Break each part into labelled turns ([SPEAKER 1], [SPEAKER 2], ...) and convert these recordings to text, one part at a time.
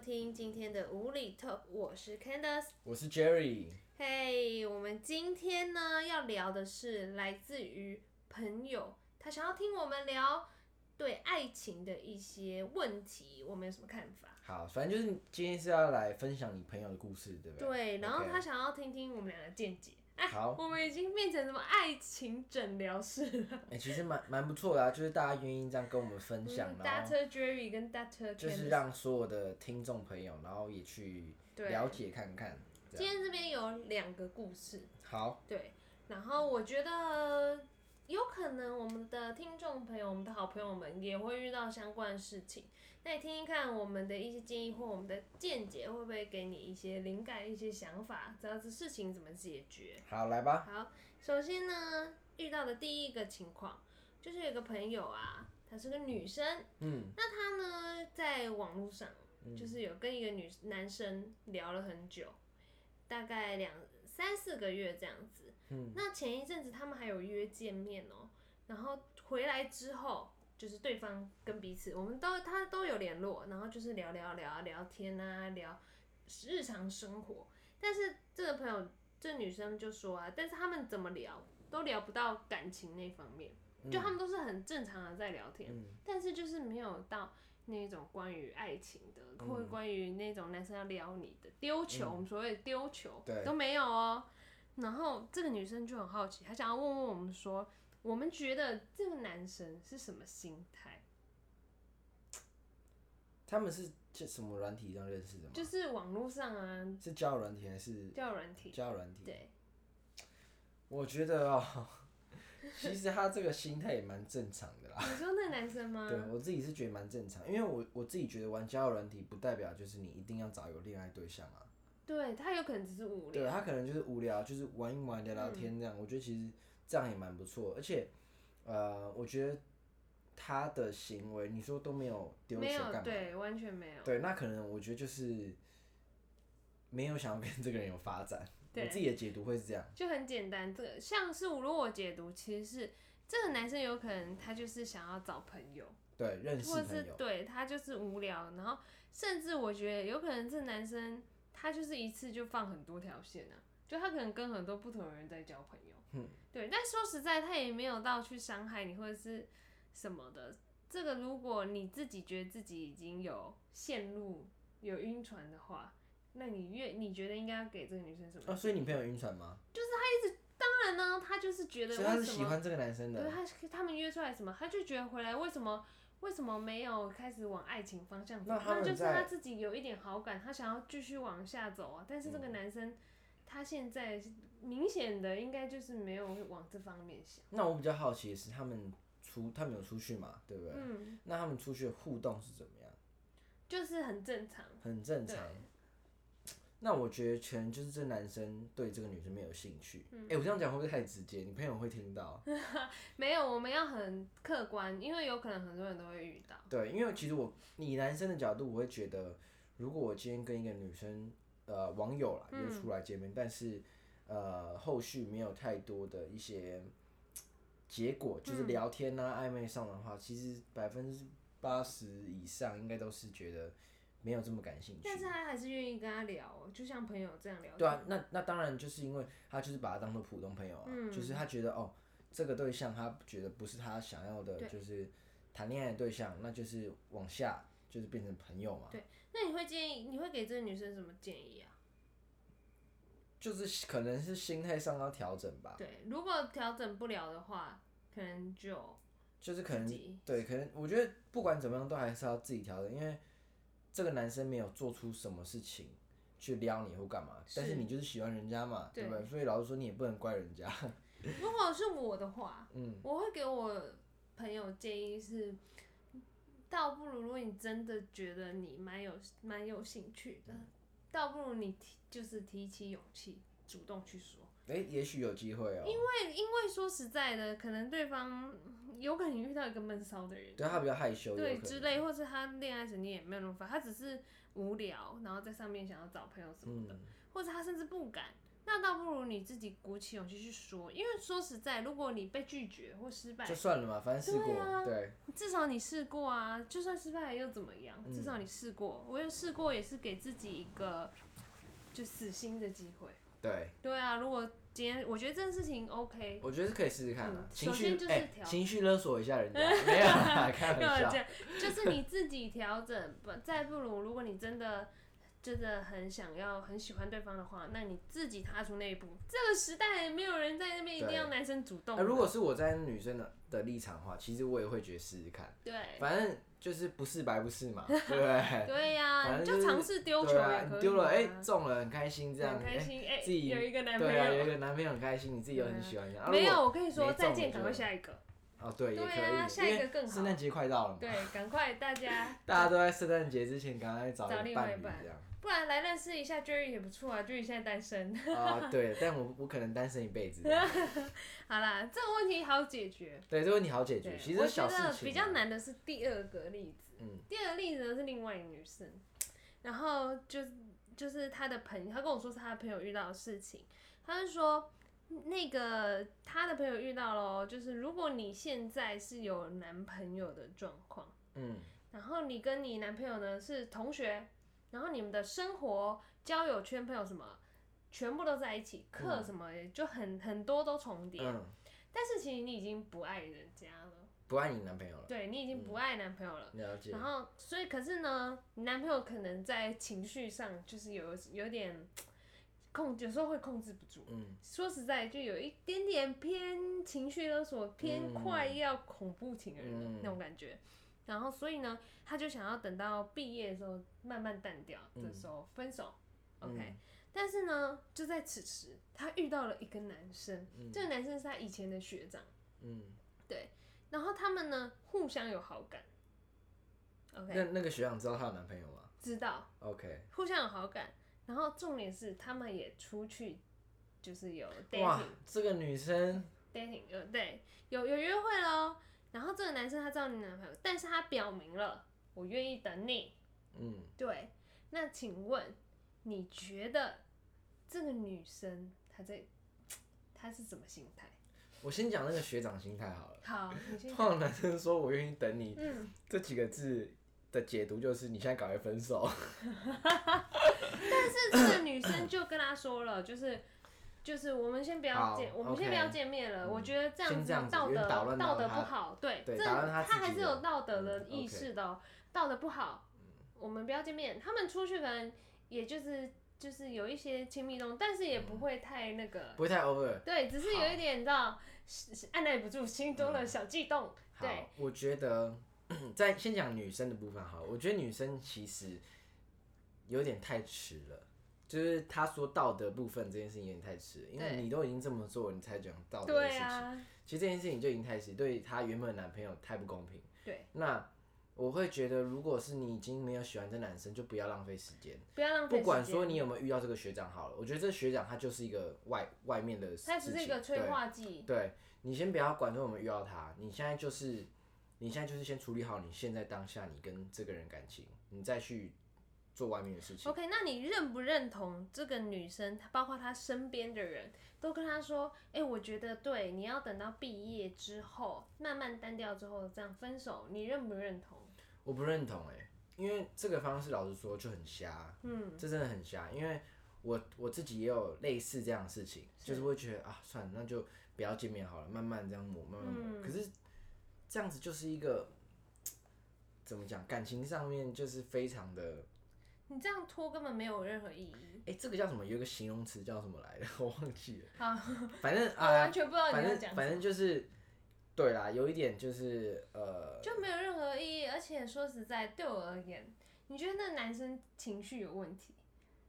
[SPEAKER 1] 听今天的无理 Top，我是 Candace。
[SPEAKER 2] 我是 Jerry，
[SPEAKER 1] 嘿、我们今天呢要聊的是来自于朋友，他想要听我们聊对爱情的一些问题，我们有什么看法？
[SPEAKER 2] 好，反正就是今天是要来分享你朋友的故事，对不对？
[SPEAKER 1] 对，然后
[SPEAKER 2] OK
[SPEAKER 1] 他想要听听我们俩的见解。哎，
[SPEAKER 2] 好
[SPEAKER 1] 我们已经变成什么爱情诊疗室了？
[SPEAKER 2] 哎、其实蛮蛮不错的、啊，就是大家愿意这样跟我们分
[SPEAKER 1] 嗯
[SPEAKER 2] 享，然后
[SPEAKER 1] Doctor Jerry 跟 Doctor
[SPEAKER 2] 哦就是让所有的听众朋友，然后也去
[SPEAKER 1] 对
[SPEAKER 2] 了解看看。这
[SPEAKER 1] 今
[SPEAKER 2] 样
[SPEAKER 1] 天这边有两个故事，
[SPEAKER 2] 好，
[SPEAKER 1] 对，然后我觉得有可能我们的听众朋友、我们的好朋友们也会遇到相关的事情，那你听听看我们的一些建议或我们的见解，会不会给你一些灵感、一些想法，知道这事情怎么解决？
[SPEAKER 2] 好来吧，
[SPEAKER 1] 好，首先呢，遇到的第一个情况就是有个朋友啊，她是个女生，
[SPEAKER 2] 嗯，
[SPEAKER 1] 那他呢，在网络上就是有跟一个女男生聊了很久，大概两三四个月这样子。
[SPEAKER 2] 嗯
[SPEAKER 1] 那前一阵子他们还有约见面哦、然后回来之后，就是对方跟彼此，我们都他都有联络，然后就是聊聊聊啊聊天啊，聊日常生活。但是这个朋友这女生就说啊，但是他们怎么聊都聊不到感情那方面，
[SPEAKER 2] 嗯
[SPEAKER 1] 就他们都是很正常的在聊天，但是就是没有到那种关于爱情的，或
[SPEAKER 2] 嗯
[SPEAKER 1] 者关于那种男生要撩你的丢球，我们所谓的丢球
[SPEAKER 2] 对
[SPEAKER 1] 都没有哦。然后这个女生就很好奇，她想要问问我们说，我们觉得这个男生是什么心态？
[SPEAKER 2] 他们是这什么软体上认识的吗？
[SPEAKER 1] 就是网络上啊，
[SPEAKER 2] 是交友软体还是
[SPEAKER 1] 交友软体，
[SPEAKER 2] 交友软 体？
[SPEAKER 1] 对，
[SPEAKER 2] 我觉得哦， 其实他这个心态也蛮正常的啦。
[SPEAKER 1] 你说那个男生吗？
[SPEAKER 2] 对我自己是觉得蛮正常，因为我我自己觉得玩交友软体不代表就是你一定要找有恋爱对象啊。
[SPEAKER 1] 对他有可能只是无
[SPEAKER 2] 对
[SPEAKER 1] 聊，
[SPEAKER 2] 他可能就是无聊，就是玩一玩、聊
[SPEAKER 1] 嗯
[SPEAKER 2] 聊天这样。我觉得其实这样也蛮不错，而且，呃，我觉得他的行为，你说都没有丢球
[SPEAKER 1] 没有
[SPEAKER 2] 干嘛？
[SPEAKER 1] 对，完全没有。
[SPEAKER 2] 对，那可能我觉得就是没有想要跟这个人有发 展。我
[SPEAKER 1] 对
[SPEAKER 2] 自己的解读会是这样，
[SPEAKER 1] 就很简单，这个像是如果我解读，其实是这个男生有可能他就是想要找朋友，
[SPEAKER 2] 对，认识
[SPEAKER 1] 或者
[SPEAKER 2] 朋
[SPEAKER 1] 是
[SPEAKER 2] 友，
[SPEAKER 1] 对他就是无聊，然后甚至我觉得有可能这男生他就是一次就放很多条线啊，就他可能跟很多不同的人在交朋友，
[SPEAKER 2] 嗯，
[SPEAKER 1] 对，但说实在他也没有到去伤害你或者是什么的。这个如果你自己觉得自己已经有陷入有晕船的话，那你越你觉得应该要给这个女生什么？
[SPEAKER 2] 啊，所以你朋友晕船吗？
[SPEAKER 1] 当然呢，他就是觉得
[SPEAKER 2] 所以他
[SPEAKER 1] 为
[SPEAKER 2] 是
[SPEAKER 1] 什
[SPEAKER 2] 喜
[SPEAKER 1] 么？
[SPEAKER 2] 欢这个男生
[SPEAKER 1] 对，
[SPEAKER 2] 的，
[SPEAKER 1] 他是他们约出来什么，他就觉得回来为什么为什么没有开始往爱情方向走？
[SPEAKER 2] 那他们
[SPEAKER 1] 就是
[SPEAKER 2] 在
[SPEAKER 1] 他自己有一点好感，他想要继续往下走啊。但是这个男生、他现在明显的应该就是没有往这方面想。
[SPEAKER 2] 那我比较好奇的是，他们出他们有出去嘛，对不对？
[SPEAKER 1] 嗯，
[SPEAKER 2] 那他们出去的互动是怎么样？
[SPEAKER 1] 就是很正常。
[SPEAKER 2] 很正常
[SPEAKER 1] 对。
[SPEAKER 2] 那我觉得全就是这男生对这个女生没有兴趣。哎、
[SPEAKER 1] 嗯
[SPEAKER 2] 我这样讲会不会太直接？你朋友会听到。
[SPEAKER 1] 没有，我们要很客观，因为有可能很多人都会遇到。
[SPEAKER 2] 对，因为其实我以男生的角度，我会觉得，如果我今天跟一个女生，呃，网友
[SPEAKER 1] 嗯
[SPEAKER 2] 啦约出来见面，但是呃，后续没有太多的一些嘖结果，就是
[SPEAKER 1] 嗯
[SPEAKER 2] 聊天啊、暧昧上的话，其实百分之八十以上应该都是觉得没有这么感兴趣。
[SPEAKER 1] 但是他还是愿意跟他聊，哦就像朋友这样聊。
[SPEAKER 2] 对啊，那那当然就是因为他就是把他当做普通朋友啊，
[SPEAKER 1] 嗯
[SPEAKER 2] 就是他觉得哦，这个对象他觉得不是他想要的，就是谈恋爱的对象，那就是往下就是变成朋友嘛，
[SPEAKER 1] 那你会建议，你会给这个女生什么建议啊？
[SPEAKER 2] 就是可能是心态上要调整吧，
[SPEAKER 1] 对，如果调整不了的话，可能就
[SPEAKER 2] 就是可能
[SPEAKER 1] 自己
[SPEAKER 2] 对，可能我觉得不管怎么样都还是要自己调整，因为这个男生没有做出什么事情去撩你或干嘛，但是
[SPEAKER 1] 是
[SPEAKER 2] 你就是喜欢人家嘛，对
[SPEAKER 1] 对
[SPEAKER 2] 吧？所以老实说你也不能怪人家， 嗯
[SPEAKER 1] 如果是我的话，我会给我朋友建议是，倒不如如果你真的觉得你蛮有蛮有兴趣的，倒不如你提就是提起勇气，主动去说。
[SPEAKER 2] 哎、也许有机会哦、
[SPEAKER 1] 因为因为说实在的，可能对方嗯有可能遇到一个闷骚的人。
[SPEAKER 2] 对他比较害羞，有
[SPEAKER 1] 对，
[SPEAKER 2] 可能
[SPEAKER 1] 之类，或是他恋爱神经也没有
[SPEAKER 2] 嗯
[SPEAKER 1] 那么发，他只是无聊，然后在上面想要找朋友什么的，或者他甚至不敢，那倒不如你自己鼓起勇气去说，因为说实在，如果你被拒绝或失败
[SPEAKER 2] 就，算了嘛，反正试过，
[SPEAKER 1] 对啊
[SPEAKER 2] 对，
[SPEAKER 1] 至少你试过啊，就算失败了又怎么样？
[SPEAKER 2] 嗯
[SPEAKER 1] 至少你试过，我有试过，也是给自己一个就死心的机会。
[SPEAKER 2] 对，
[SPEAKER 1] 对啊，如果今天我觉得这件事情 OK，
[SPEAKER 2] 我觉得是可以试试看啊
[SPEAKER 1] 嗯。
[SPEAKER 2] 情
[SPEAKER 1] 首
[SPEAKER 2] 绪
[SPEAKER 1] 先就是
[SPEAKER 2] 哎，
[SPEAKER 1] 调
[SPEAKER 2] 情绪勒索一 下人家，没有啦， 开
[SPEAKER 1] 干嘛
[SPEAKER 2] 玩
[SPEAKER 1] 这
[SPEAKER 2] 笑。
[SPEAKER 1] 样，就是你自己调整。不，再不如，如果你真的真的很想要、很喜欢对方的话，那你自己踏出那一步。这个时代没有人在那边一定
[SPEAKER 2] 对
[SPEAKER 1] 要男生主动
[SPEAKER 2] 那
[SPEAKER 1] 的。
[SPEAKER 2] 如果是我站在女生的的立场的话，其实我也会觉得试试看，
[SPEAKER 1] 对
[SPEAKER 2] 反正就是不试白不 试嘛，对不对？
[SPEAKER 1] 对呀，
[SPEAKER 2] 反
[SPEAKER 1] 你
[SPEAKER 2] 正就是
[SPEAKER 1] 尝试丢球
[SPEAKER 2] 对啊，
[SPEAKER 1] 也可
[SPEAKER 2] 你
[SPEAKER 1] 以。
[SPEAKER 2] 丢了哎，中了很开心这样，
[SPEAKER 1] 很开
[SPEAKER 2] 哎
[SPEAKER 1] 心哎，
[SPEAKER 2] 自己
[SPEAKER 1] 有一个男朋
[SPEAKER 2] 对啊，有一
[SPEAKER 1] 友。嗯
[SPEAKER 2] 个男朋友很开心，你自己又很喜欢这样。啊
[SPEAKER 1] 没，
[SPEAKER 2] 如
[SPEAKER 1] 有，
[SPEAKER 2] 果
[SPEAKER 1] 我跟你说，
[SPEAKER 2] 没
[SPEAKER 1] 再
[SPEAKER 2] 中
[SPEAKER 1] 见，
[SPEAKER 2] 我
[SPEAKER 1] 赶快
[SPEAKER 2] 就
[SPEAKER 1] 下一个。
[SPEAKER 2] 哦对，也
[SPEAKER 1] 对啊
[SPEAKER 2] 可
[SPEAKER 1] 下
[SPEAKER 2] 以，
[SPEAKER 1] 一
[SPEAKER 2] 因
[SPEAKER 1] 个
[SPEAKER 2] 为
[SPEAKER 1] 更好
[SPEAKER 2] 圣诞节快到了嘛，
[SPEAKER 1] 对，赶快大家，
[SPEAKER 2] 大家都在圣诞节之前赶快找
[SPEAKER 1] 找
[SPEAKER 2] 一
[SPEAKER 1] 另
[SPEAKER 2] 个
[SPEAKER 1] 外
[SPEAKER 2] 伴
[SPEAKER 1] 一
[SPEAKER 2] 侣
[SPEAKER 1] 半
[SPEAKER 2] 这样。
[SPEAKER 1] 不然来认识一下 Jerry 也不错啊。Jerry 现在单身。
[SPEAKER 2] 啊，对，但我我可能单身一辈子。
[SPEAKER 1] 好啦，这个问题好解决。
[SPEAKER 2] 对，这个问题好解决
[SPEAKER 1] 对，，
[SPEAKER 2] 其
[SPEAKER 1] 我觉
[SPEAKER 2] 实小事
[SPEAKER 1] 得
[SPEAKER 2] 情啊
[SPEAKER 1] 比较
[SPEAKER 2] 嘛。
[SPEAKER 1] 难的是第二个例子，
[SPEAKER 2] 嗯，
[SPEAKER 1] 第二个例子呢是另外一个女生，然后就就是她的朋友，她跟我说是她的朋友遇到的事情，她就说嗯那个她的朋友遇到咯，就是如果你现在是有男朋友的状况，
[SPEAKER 2] 嗯，
[SPEAKER 1] 然后你跟你男朋友呢是同学，然后你们的生活、交友圈、朋友什么。全部都在一起，课
[SPEAKER 2] 嗯
[SPEAKER 1] 什么也就很很多都重叠，
[SPEAKER 2] 嗯，
[SPEAKER 1] 但是其实你已经不爱人家了。
[SPEAKER 2] 不爱你男朋友了，
[SPEAKER 1] 对你已经
[SPEAKER 2] 嗯
[SPEAKER 1] 不爱男朋友了。
[SPEAKER 2] 了解
[SPEAKER 1] 然。后，所以可是呢，你男朋友可能在情绪上就是有有点控，有时候会控制不住。
[SPEAKER 2] 嗯，
[SPEAKER 1] 说实在，就有一点点偏情绪勒索，偏快要恐怖情人的
[SPEAKER 2] 嗯
[SPEAKER 1] 那种感觉。然后，所以呢，他就想要等到毕业的时候慢慢淡掉，
[SPEAKER 2] 嗯
[SPEAKER 1] 这时候分手。
[SPEAKER 2] 嗯
[SPEAKER 1] OK，、但是呢，就在此时，他遇到了一个男生，
[SPEAKER 2] 嗯
[SPEAKER 1] 这个男生是他以前的学长。
[SPEAKER 2] 嗯，
[SPEAKER 1] 然后他们呢互相有好感，OK，
[SPEAKER 2] 那那个学长知道她有男朋友吗
[SPEAKER 1] 知道
[SPEAKER 2] ？OK，
[SPEAKER 1] 互相有好感，然后重点是他们也出去，就是有
[SPEAKER 2] 哇
[SPEAKER 1] dating，
[SPEAKER 2] 这个女生
[SPEAKER 1] dating 有对有有约会喽。然后这个男生他知道你男朋友，但是他表明了我愿意等你。
[SPEAKER 2] 嗯，
[SPEAKER 1] 对，那请问你觉得这个女生她在她是什么心态？
[SPEAKER 2] 我先讲那个学长心态好了。
[SPEAKER 1] 好，你先
[SPEAKER 2] 通 常男生说我愿意等你
[SPEAKER 1] 嗯，
[SPEAKER 2] 这几个字的解读就是你现在赶快分手。
[SPEAKER 1] 但是这个女生就跟他说了，就是就是我们先不要
[SPEAKER 2] 好
[SPEAKER 1] 见，我们先不要
[SPEAKER 2] OK
[SPEAKER 1] 见面了。
[SPEAKER 2] 嗯
[SPEAKER 1] 我觉得这样
[SPEAKER 2] 先这样子
[SPEAKER 1] 道
[SPEAKER 2] 因
[SPEAKER 1] 德
[SPEAKER 2] 为捣乱到
[SPEAKER 1] 道德
[SPEAKER 2] 他
[SPEAKER 1] 不好，对，
[SPEAKER 2] 对
[SPEAKER 1] 这
[SPEAKER 2] 捣乱他自己
[SPEAKER 1] 还是
[SPEAKER 2] 的
[SPEAKER 1] 有道德的
[SPEAKER 2] 嗯
[SPEAKER 1] 意
[SPEAKER 2] ，OK
[SPEAKER 1] 识的哦，道德不好，我们不要见面。他们出去可能也就是就是有一些亲密动作，但是也不会太那个，
[SPEAKER 2] 不会太 over。
[SPEAKER 1] 对，只是有一点你知道是是按耐不住心中的
[SPEAKER 2] 嗯
[SPEAKER 1] 小悸动，对
[SPEAKER 2] 好，我觉得 在先讲女生的部分好了，我觉得女生其实有点太迟了。就是她说道德部分这件事情有点太迟了，因为
[SPEAKER 1] 对
[SPEAKER 2] 你都已经这么做，你才讲道德的
[SPEAKER 1] 对
[SPEAKER 2] 事情。
[SPEAKER 1] 啊，
[SPEAKER 2] 其实这件事情就已经太迟，对她原本的男朋友太不公平。
[SPEAKER 1] 对，
[SPEAKER 2] 那我会觉得，如果是你已经没有喜欢这男生，就不要浪费时间。
[SPEAKER 1] 不要浪费
[SPEAKER 2] 不
[SPEAKER 1] 时间。
[SPEAKER 2] 管说你有没有遇到这个学长好了，我觉得这学长他就是一个外外面的事情，
[SPEAKER 1] 它只是一个催
[SPEAKER 2] 对
[SPEAKER 1] 化剂，
[SPEAKER 2] 对你先不要管说我们遇到他，你现在就是，你现在就是先处理好你现在当下你跟这个人感情，你再去做外面的事情。
[SPEAKER 1] OK，那你认不认同这个女生，包括她身边的人都跟她说，哎、我觉得对，你要等到毕业之后，慢慢单调之后这样分手，你认不认同？
[SPEAKER 2] 我不认同哎、因为这个方式老实说就很瞎，
[SPEAKER 1] 嗯，
[SPEAKER 2] 这真的很瞎。因为我我自己也有类似这样的事情，
[SPEAKER 1] 是
[SPEAKER 2] 就是会觉得啊，算了，那就不要见面好了，慢慢这样磨，慢慢磨。
[SPEAKER 1] 嗯
[SPEAKER 2] 可是这样子就是一个怎么讲，感情上面就是非常的。
[SPEAKER 1] 你这样拖根本没有任何意义。
[SPEAKER 2] 哎、这个叫什么？有一个形容词叫什么来着？ 我忘记了。
[SPEAKER 1] 好，
[SPEAKER 2] 反正
[SPEAKER 1] 我
[SPEAKER 2] 啊，
[SPEAKER 1] 完全不知道
[SPEAKER 2] 反
[SPEAKER 1] 你要
[SPEAKER 2] 正
[SPEAKER 1] 讲
[SPEAKER 2] 反
[SPEAKER 1] 什
[SPEAKER 2] 正
[SPEAKER 1] 么，
[SPEAKER 2] 就是，对啦，有一点就是呃，
[SPEAKER 1] 就没有任何意义。而且说实在，对我而言，你觉得那男生情绪有问题，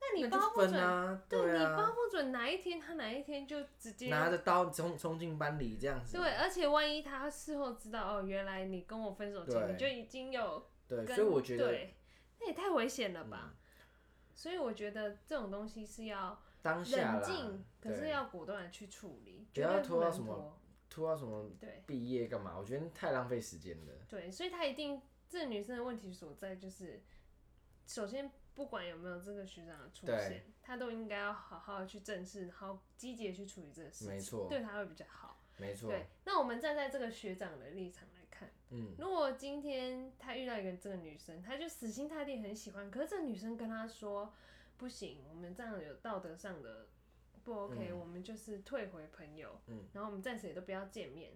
[SPEAKER 1] 那你
[SPEAKER 2] 那就
[SPEAKER 1] 包不
[SPEAKER 2] 分
[SPEAKER 1] 准，
[SPEAKER 2] 啊，
[SPEAKER 1] 对
[SPEAKER 2] 对
[SPEAKER 1] 你包
[SPEAKER 2] 啊，
[SPEAKER 1] 不准哪一天他哪一天就直接
[SPEAKER 2] 拿着刀冲冲进班里这样子，啊
[SPEAKER 1] 对，呃而且万一他事后知道哦，原来你跟我分手前
[SPEAKER 2] 对
[SPEAKER 1] 你就已经有
[SPEAKER 2] 对，
[SPEAKER 1] 跟
[SPEAKER 2] 所以我觉得
[SPEAKER 1] 对，那也太危险了
[SPEAKER 2] 嗯
[SPEAKER 1] 吧。所以我觉得这种东西是要
[SPEAKER 2] 当下
[SPEAKER 1] 冷
[SPEAKER 2] 啦
[SPEAKER 1] 静，，可是
[SPEAKER 2] 对，
[SPEAKER 1] 要果断的去处理，
[SPEAKER 2] 不
[SPEAKER 1] 绝
[SPEAKER 2] 要
[SPEAKER 1] 对
[SPEAKER 2] 拖
[SPEAKER 1] 能
[SPEAKER 2] 到什么
[SPEAKER 1] 拖
[SPEAKER 2] 拖到什么
[SPEAKER 1] 对
[SPEAKER 2] 毕业干嘛？我觉得太浪费时间了。
[SPEAKER 1] 对，所以他一定这女生的问题所在就是，首先不管有没有这个学长的出
[SPEAKER 2] 对
[SPEAKER 1] 现，他都应该要好好的去正视，然后积极的去处理这个事情，
[SPEAKER 2] 没错
[SPEAKER 1] 对他会比较好。
[SPEAKER 2] 没错，
[SPEAKER 1] 对，那我们站在这个学长的立场来看，
[SPEAKER 2] 嗯，
[SPEAKER 1] 如果今天他遇到一个这个女生，他就死心塌地很喜欢，可是这个女生跟他说不行，我们这样有道德上的不 OK，、我们就是退回朋友，
[SPEAKER 2] 嗯，
[SPEAKER 1] 然后我们暂时也都不要见面。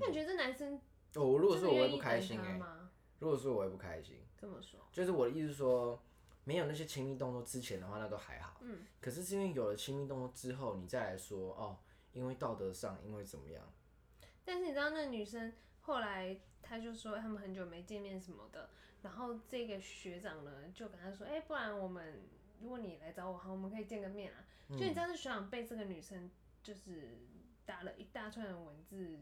[SPEAKER 1] 那你觉得这男生
[SPEAKER 2] 哦我如果
[SPEAKER 1] 真
[SPEAKER 2] 说
[SPEAKER 1] 的
[SPEAKER 2] 我会
[SPEAKER 1] 愿
[SPEAKER 2] 不
[SPEAKER 1] 意
[SPEAKER 2] 开
[SPEAKER 1] 等
[SPEAKER 2] 心
[SPEAKER 1] 他
[SPEAKER 2] 哎、
[SPEAKER 1] 吗？
[SPEAKER 2] 如果说我会不开心，
[SPEAKER 1] 这么说，
[SPEAKER 2] 就是我的意思是说，没有那些亲密动作之前的话，那都还好。嗯。可是是因为有了亲密动作之后，你再来说哦，因为道德上，因为怎么样，
[SPEAKER 1] 但是你知道那女生后来她就说他们很久没见面什么的，然后这个学长呢就跟她说，哎、不然我们如果你来找我，好，我们可以见个面啊。就你知
[SPEAKER 2] 嗯
[SPEAKER 1] 道那学长被这个女生就是打了一大串的文字，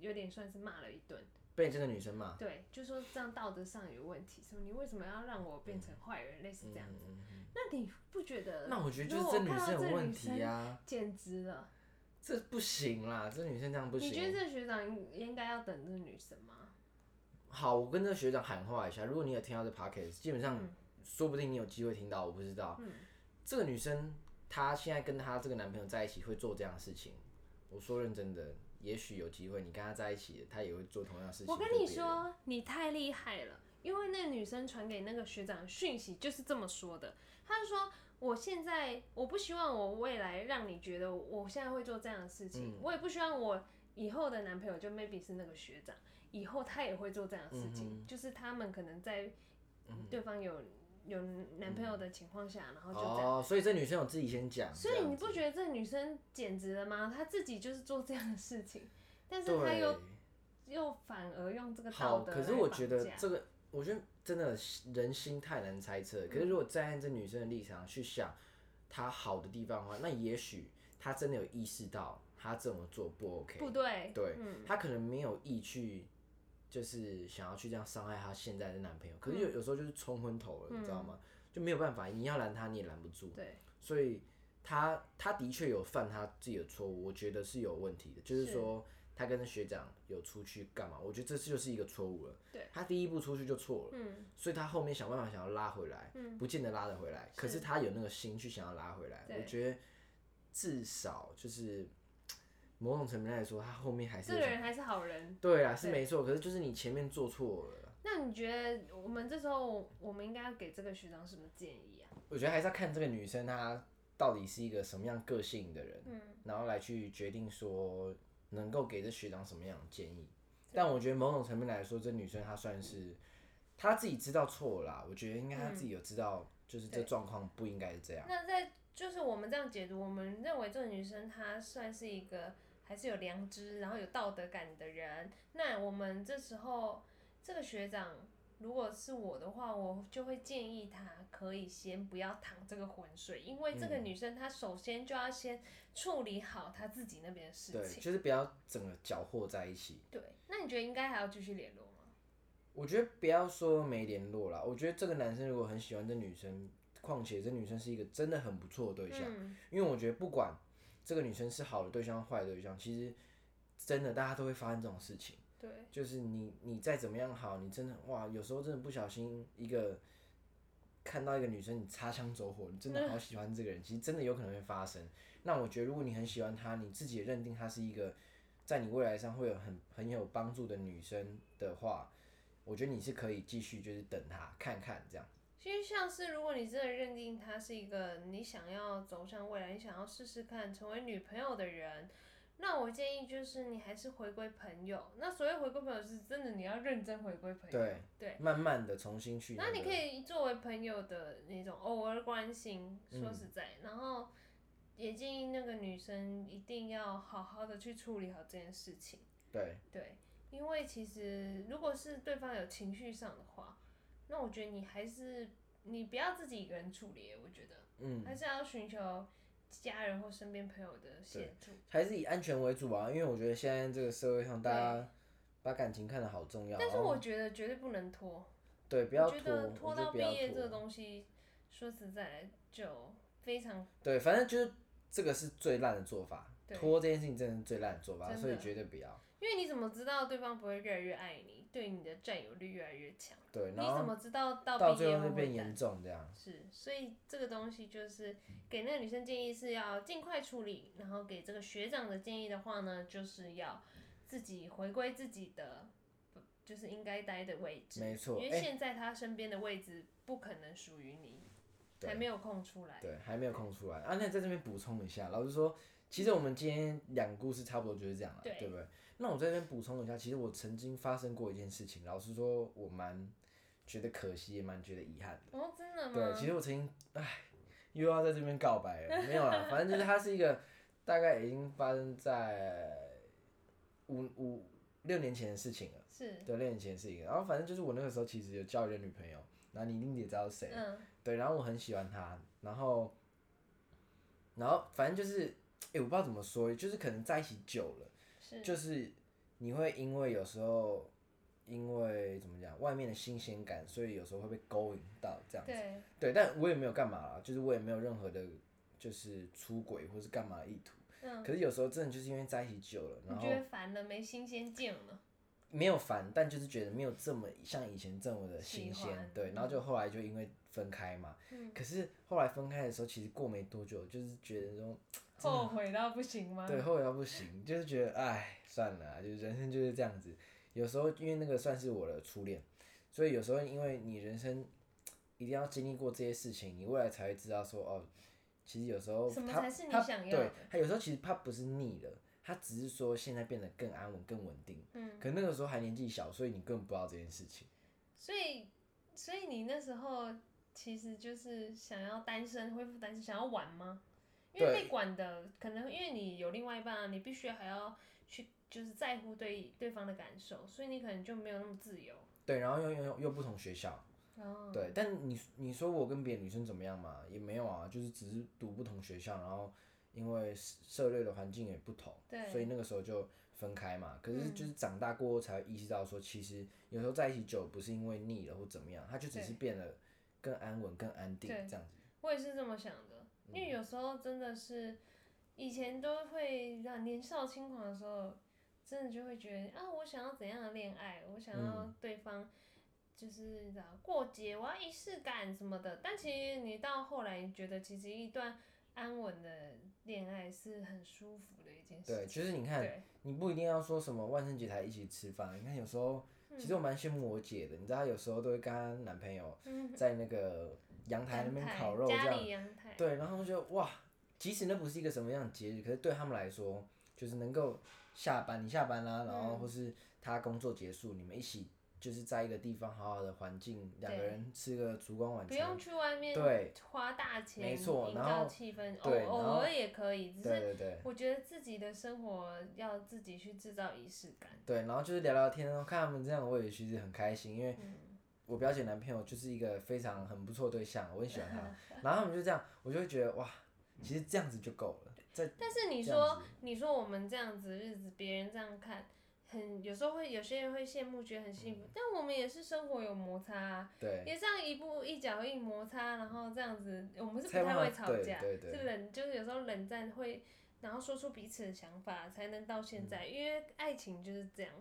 [SPEAKER 1] 有点算是骂了一顿，
[SPEAKER 2] 被这个女生骂。
[SPEAKER 1] 对，就说这样道德上有问题，什么你为什么要让我变成坏人，类似这样子。那你不觉得？
[SPEAKER 2] 嗯那我觉得就
[SPEAKER 1] 如
[SPEAKER 2] 是
[SPEAKER 1] 果
[SPEAKER 2] 这
[SPEAKER 1] 我
[SPEAKER 2] 女
[SPEAKER 1] 看到
[SPEAKER 2] 生
[SPEAKER 1] 这
[SPEAKER 2] 有
[SPEAKER 1] 个
[SPEAKER 2] 问
[SPEAKER 1] 女
[SPEAKER 2] 题啊，
[SPEAKER 1] 简直了！
[SPEAKER 2] 这不行啦，这女生这样不
[SPEAKER 1] 你觉得
[SPEAKER 2] 行。
[SPEAKER 1] 这学长应应该要等这女生吗？
[SPEAKER 2] 好，我跟这个学长喊话一下，如果你有听到这 podcast，基本上
[SPEAKER 1] 嗯
[SPEAKER 2] 说不定你有机会听到，我不知道。这个女生她现在跟她这个男朋友在一起会做这样的事情，我说认真的，也许有机会你跟她在一起，她也会做同样的事情。
[SPEAKER 1] 我跟你，说，你太厉害了，因为那女生传给那个学长的讯息就是这么说的，她就说。我现在我不希望我未来让你觉得我现在会做这样的事
[SPEAKER 2] 嗯
[SPEAKER 1] 情，我也不希望我以后的男朋友就 maybe 是那个学长，以后他也会做这样的事情，
[SPEAKER 2] 嗯
[SPEAKER 1] 就是他们可能在对方有、有男朋友的情况下，然后就这样。
[SPEAKER 2] 哦，所以这女生有自己先讲，
[SPEAKER 1] 所以
[SPEAKER 2] 这样
[SPEAKER 1] 你不
[SPEAKER 2] 子
[SPEAKER 1] 觉得这女生简直了吗？她自己就是做这样的事情，但是她
[SPEAKER 2] 对
[SPEAKER 1] 又又反而用这个道
[SPEAKER 2] 好？
[SPEAKER 1] 德
[SPEAKER 2] 可是
[SPEAKER 1] 来
[SPEAKER 2] 我
[SPEAKER 1] 绑
[SPEAKER 2] 觉得
[SPEAKER 1] 架
[SPEAKER 2] 这个，我觉得真的人心太难猜测。可是如果站在这女生的立场去想她好的地方的话，那也许她真的有意识到她这么做不 OK，
[SPEAKER 1] 不对，嗯
[SPEAKER 2] 对，她可能没有意去。就是想要去这样伤害她现在的男朋友，可是有有时候就是冲昏头了，你知道吗？就没有办法，你要拦她你也拦不住。
[SPEAKER 1] 对，
[SPEAKER 2] 所以他他的确有犯他自己的错误，我觉得是有问题的。就是
[SPEAKER 1] 是
[SPEAKER 2] 说，他跟学长有出去干嘛？我觉得这就是一个错误了。
[SPEAKER 1] 对，
[SPEAKER 2] 他第一步出去就错了，
[SPEAKER 1] 嗯，
[SPEAKER 2] 所以他后面想办法想要拉回来，不见得拉得回来。
[SPEAKER 1] 是
[SPEAKER 2] 可是他有那个心去想要拉回来，
[SPEAKER 1] 对
[SPEAKER 2] 我觉得至少就是某种层面来说，他后面还是
[SPEAKER 1] 这
[SPEAKER 2] 有
[SPEAKER 1] 个
[SPEAKER 2] 想
[SPEAKER 1] 人还是好人。
[SPEAKER 2] 对啊，是
[SPEAKER 1] 对
[SPEAKER 2] 没错。可是就是你前面做错了，
[SPEAKER 1] 那你觉得我们这时候我们应该要给这个学长什么建议啊？
[SPEAKER 2] 我觉得还是要看这个女生她到底是一个什么样个性的人。
[SPEAKER 1] 嗯，
[SPEAKER 2] 然后来去决定说能够给这学长什么样的建议。但我觉得某种层面来说，这女生她算是她自己知道错了啦，我觉得应该她自己有知道，就是这
[SPEAKER 1] 对
[SPEAKER 2] 状况不应该是这样。
[SPEAKER 1] 那在就是我们这样解读，我们认为这个女生她算是一个还是有良知，然后有道德感的人。那我们这时候这个学长。如果是我的话，我就会建议她可以先不要淌这个浑水，因为这个女生她首先就要先处理好她自己那边的事
[SPEAKER 2] 对，
[SPEAKER 1] 情。
[SPEAKER 2] 就是不要整个搅和在一起。
[SPEAKER 1] 对，那你觉得应该还要继续联络吗？
[SPEAKER 2] 我觉得不要说没联络啦，我觉得这个男生如果很喜欢这女生，况且这女生是一个真的很不错的对象，
[SPEAKER 1] 嗯
[SPEAKER 2] 因为我觉得不管这个女生是好的对象、坏的对象，其实真的大家都会发生这种事情。
[SPEAKER 1] 对，
[SPEAKER 2] 就是你你再怎么样好，你真的哇，有时候真的不小心一个看到一个女生，你擦枪走火，你真的好喜欢这个人，其实真的有可能会发生。那我觉得，如果你很喜欢她，你自己也认定她是一个在你未来上会有很很有帮助的女生的话，我觉得你是可以继续就是等她看看这样。
[SPEAKER 1] 其实像是如果你真的认定他是一个你想要走向未来，你想要试试看成为女朋友的人，那我建议就是你还是回归朋友。那所谓回归朋友，是真的你要认真回归朋友。
[SPEAKER 2] 对
[SPEAKER 1] 对。
[SPEAKER 2] 慢慢的重新去、
[SPEAKER 1] 那你
[SPEAKER 2] 个
[SPEAKER 1] 可以作为朋友的那种偶尔关心，说
[SPEAKER 2] 嗯
[SPEAKER 1] 实在，然后也建议那个女生一定要好好的去处理好这件事情。
[SPEAKER 2] 对
[SPEAKER 1] 对，因为其实如果是对方有情绪上的话，那我觉得你还是你不要自己一个人处理，我觉得，
[SPEAKER 2] 嗯，
[SPEAKER 1] 还是要寻求家人或身边朋友的协助。
[SPEAKER 2] 还是以安全为主吧，因为我觉得现在这个社会上大家把感情看得好重要，
[SPEAKER 1] 但是
[SPEAKER 2] 然后
[SPEAKER 1] 我觉得绝对不能拖，
[SPEAKER 2] 对不
[SPEAKER 1] 我
[SPEAKER 2] 要
[SPEAKER 1] 觉
[SPEAKER 2] 拖
[SPEAKER 1] 得，拖
[SPEAKER 2] 我觉得
[SPEAKER 1] 到
[SPEAKER 2] 不
[SPEAKER 1] 毕
[SPEAKER 2] 要
[SPEAKER 1] 业这
[SPEAKER 2] 拖
[SPEAKER 1] 个东西，说实在就非常
[SPEAKER 2] 对，反正就是这个是最烂的做法，
[SPEAKER 1] 对
[SPEAKER 2] 拖这件事情真的是最烂的做法，
[SPEAKER 1] 真的
[SPEAKER 2] 所以绝对不要。
[SPEAKER 1] 因为你怎么知道对方不会越来越爱你？对你的占有率越来越强。
[SPEAKER 2] 对，
[SPEAKER 1] 你
[SPEAKER 2] 然后
[SPEAKER 1] 怎么知道到
[SPEAKER 2] 到
[SPEAKER 1] 毕
[SPEAKER 2] 最
[SPEAKER 1] 业
[SPEAKER 2] 后
[SPEAKER 1] 会
[SPEAKER 2] 会
[SPEAKER 1] 不
[SPEAKER 2] 变
[SPEAKER 1] 会淡
[SPEAKER 2] 严重这样。
[SPEAKER 1] 是，所以这个东西就是给那个女生建议是要尽快处理，然后给这个学长的建议的话呢，就是要自己回归自己的，就是应该待的位置。
[SPEAKER 2] 没错
[SPEAKER 1] 因为
[SPEAKER 2] 哎
[SPEAKER 1] 现在他身边的位置不可能属于你，
[SPEAKER 2] 对
[SPEAKER 1] 还没有空出来。
[SPEAKER 2] 对，还没有空出来啊。那在这边补充一下，老实说，其实我们今天两个故事差不多就是这样了，
[SPEAKER 1] 对
[SPEAKER 2] 对不对？那我在这边补充一下，其实我曾经发生过一件事情，老实说，我蛮觉得可惜，也蛮觉得遗憾的。
[SPEAKER 1] 哦，真的吗？
[SPEAKER 2] 对，其实我曾经，唉，又要在这边告白了，没有啦，反正就是它是一个大概已经发生在五五六年前的事情了。
[SPEAKER 1] 是，
[SPEAKER 2] 对，六年前的事情。然后反正就是我那个时候其实有交一个女朋友，然后你一定也知道是谁了，
[SPEAKER 1] 嗯，
[SPEAKER 2] 对，然后我很喜欢他，然后，然后反正就是，哎、我不知道怎么说，就是可能在一起久了，
[SPEAKER 1] 是，
[SPEAKER 2] 就是你会因为有时候，因为怎么讲，外面的新鲜感，所以有时候会被勾引到这样子。
[SPEAKER 1] 对，
[SPEAKER 2] 对，但我也没有干嘛啦，就是我也没有任何的，就是出轨或是干嘛的意图。
[SPEAKER 1] 嗯，
[SPEAKER 2] 可是有时候真的就是因为在一起久了，然
[SPEAKER 1] 你
[SPEAKER 2] 后
[SPEAKER 1] 觉得烦了，没新鲜劲了，
[SPEAKER 2] 没有烦，但就是觉得没有这么像以前这么的新
[SPEAKER 1] 喜欢
[SPEAKER 2] 鲜，对，然后就后来就因为分开嘛，
[SPEAKER 1] 嗯
[SPEAKER 2] 可是后来分开的时候，其实过没多久，就是觉得说，
[SPEAKER 1] 后悔到不行吗？
[SPEAKER 2] 对，后悔到不行，就是觉得哎，算了啊、就是人生就是这样子，有时候因为那个算是我的初恋，所以有时候因为你人生一定要经历过这些事情，你未来才会知道说哦，其实有时候
[SPEAKER 1] 什么
[SPEAKER 2] 他
[SPEAKER 1] 才是你
[SPEAKER 2] 他
[SPEAKER 1] 想要
[SPEAKER 2] 对
[SPEAKER 1] 的，
[SPEAKER 2] 他有时候其实他不是腻了，他只是说现在变得更安稳、更稳定。
[SPEAKER 1] 嗯，
[SPEAKER 2] 可那个时候还年纪小，所以你根本不知道这件事情。
[SPEAKER 1] 所以，所以你那时候其实就是想要单身，恢复单身，想要玩吗？因为
[SPEAKER 2] 对
[SPEAKER 1] 被管的，可能因为你有另外一半啊，你必须还要去就是在乎对对方的感受，所以你可能就没有那么自由。
[SPEAKER 2] 对，然后又又又不同学校，
[SPEAKER 1] 哦，
[SPEAKER 2] 对，但你你说我跟别的女生怎么样嘛？也没有啊，就是只是读不同学校，然后因为涉猎的环境也不同，
[SPEAKER 1] 对
[SPEAKER 2] 所以那个时候就分开嘛。可是
[SPEAKER 1] 嗯
[SPEAKER 2] 就是长大过后才意识到说，其实有时候在一起久不是因为腻了或怎么样，它就只是
[SPEAKER 1] 对
[SPEAKER 2] 变得更安稳、更安定
[SPEAKER 1] 对
[SPEAKER 2] 这样子。
[SPEAKER 1] 我也是这么想的，因为
[SPEAKER 2] 嗯
[SPEAKER 1] 有时候真的是以前都会让年少轻狂的时候，真的就会觉得啊，我想要怎样的恋爱，我想要
[SPEAKER 2] 嗯
[SPEAKER 1] 对方就是你知道过节，我要仪式感什么的。但其实你到后来，你觉得其实一段安稳的恋爱是很舒服的一件事
[SPEAKER 2] 对，
[SPEAKER 1] 情。
[SPEAKER 2] 就是你看，
[SPEAKER 1] 对，
[SPEAKER 2] 你不一定要说什么万圣节才一起吃饭，你看有时候其实我蛮羡慕我姐的，你知道她有时候都会跟她男朋友。
[SPEAKER 1] 嗯，
[SPEAKER 2] 在那个阳台那边
[SPEAKER 1] 阳台
[SPEAKER 2] 烤肉这
[SPEAKER 1] 家
[SPEAKER 2] 样，
[SPEAKER 1] 里阳台，
[SPEAKER 2] 对，然后就哇，即使那不是一个什么样的节日，可是对他们来说，就是能够下班，你下班啦、然后
[SPEAKER 1] 嗯
[SPEAKER 2] 或是他工作结束，你们一起就是在一个地方好好的环境，两个
[SPEAKER 1] 对
[SPEAKER 2] 人吃个烛光晚
[SPEAKER 1] 不
[SPEAKER 2] 餐
[SPEAKER 1] 用，去外面
[SPEAKER 2] 对
[SPEAKER 1] 花大钱
[SPEAKER 2] 没错
[SPEAKER 1] 营
[SPEAKER 2] 然后
[SPEAKER 1] 造气氛，偶
[SPEAKER 2] 对然
[SPEAKER 1] 偶
[SPEAKER 2] 后
[SPEAKER 1] 尔也可以，只是
[SPEAKER 2] 对对对
[SPEAKER 1] 我觉得自己的生活要自己去制造仪式感。
[SPEAKER 2] 对，然后就是聊聊天，然后看他们这样，我也其实很开心，因为
[SPEAKER 1] 嗯，
[SPEAKER 2] 我表姐男朋友就是一个非常很不错的对象，我很喜欢 他，然后他们就这样，我就会觉得哇，其实这样子就够了，在
[SPEAKER 1] 但是你
[SPEAKER 2] 这样
[SPEAKER 1] 说，你说我们这样子日子，别人这样看，很有时候会有些人会羡慕，觉得很幸福，但我们也是生活有摩擦、啊，
[SPEAKER 2] 嗯对。
[SPEAKER 1] 也这样一步一脚印摩擦，然后这样子，我们是不
[SPEAKER 2] 才
[SPEAKER 1] 太
[SPEAKER 2] 慢慢
[SPEAKER 1] 会吵架，
[SPEAKER 2] 对对对
[SPEAKER 1] 是冷，就是有时候冷战会，然后说出彼此的想法，才能到现
[SPEAKER 2] 嗯
[SPEAKER 1] 在，因为爱情就是这样，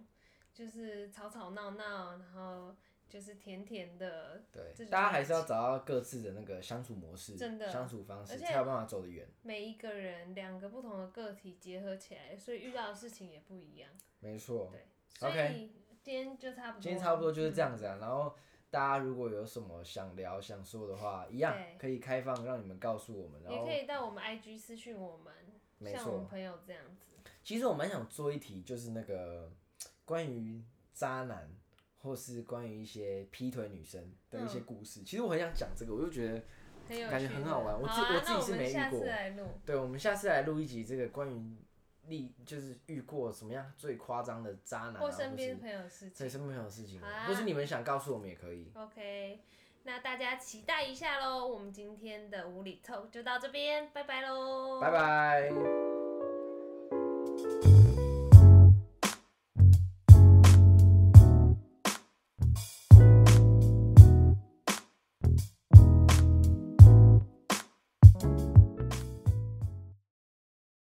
[SPEAKER 1] 就是吵吵闹闹，然后就是甜甜的，这
[SPEAKER 2] 对，
[SPEAKER 1] 就
[SPEAKER 2] 大家
[SPEAKER 1] 是
[SPEAKER 2] 还是要找到各自的那个相处模式、
[SPEAKER 1] 真的
[SPEAKER 2] 相处方式，
[SPEAKER 1] 而且
[SPEAKER 2] 才有办法走得远。
[SPEAKER 1] 每一个人两个不同的个体结合起来，所以遇到的事情也不一样。
[SPEAKER 2] 没错，
[SPEAKER 1] 对，所
[SPEAKER 2] OK
[SPEAKER 1] 以今天就差不多，
[SPEAKER 2] 今天差不多就是这样子啊。然后大家如果有什么想聊、想说的话，一样
[SPEAKER 1] 对
[SPEAKER 2] 可以开放让你们告诉我们。然
[SPEAKER 1] 也
[SPEAKER 2] 后
[SPEAKER 1] 可，以到我们 IG 私讯我们，
[SPEAKER 2] 没
[SPEAKER 1] 像我们
[SPEAKER 2] 错
[SPEAKER 1] 朋友这样子。
[SPEAKER 2] 其实我蛮想做一题，就是那个关于渣男。或是关于一些劈腿女生的一些
[SPEAKER 1] 嗯
[SPEAKER 2] 故事，其实我很想讲这个，我就觉得，
[SPEAKER 1] 很有
[SPEAKER 2] 感觉
[SPEAKER 1] 趣
[SPEAKER 2] 很
[SPEAKER 1] 的
[SPEAKER 2] 好玩我自
[SPEAKER 1] 好啊
[SPEAKER 2] 我自己
[SPEAKER 1] 那
[SPEAKER 2] 是
[SPEAKER 1] 我们
[SPEAKER 2] 没遇
[SPEAKER 1] 下次
[SPEAKER 2] 过
[SPEAKER 1] 来录，
[SPEAKER 2] 对，我们下次来录一集这个关于历，就是遇过什么样最夸张的渣男、啊，
[SPEAKER 1] 或
[SPEAKER 2] 或
[SPEAKER 1] 身
[SPEAKER 2] 是
[SPEAKER 1] 边朋友的事
[SPEAKER 2] 所
[SPEAKER 1] 情。
[SPEAKER 2] 以身边朋友的事情，
[SPEAKER 1] 好啊
[SPEAKER 2] 或是你们想告诉我们也可以。
[SPEAKER 1] OK，那大家期待一下喽。我们今天的无理 talk 就到这边，拜拜喽，
[SPEAKER 2] 拜。拜。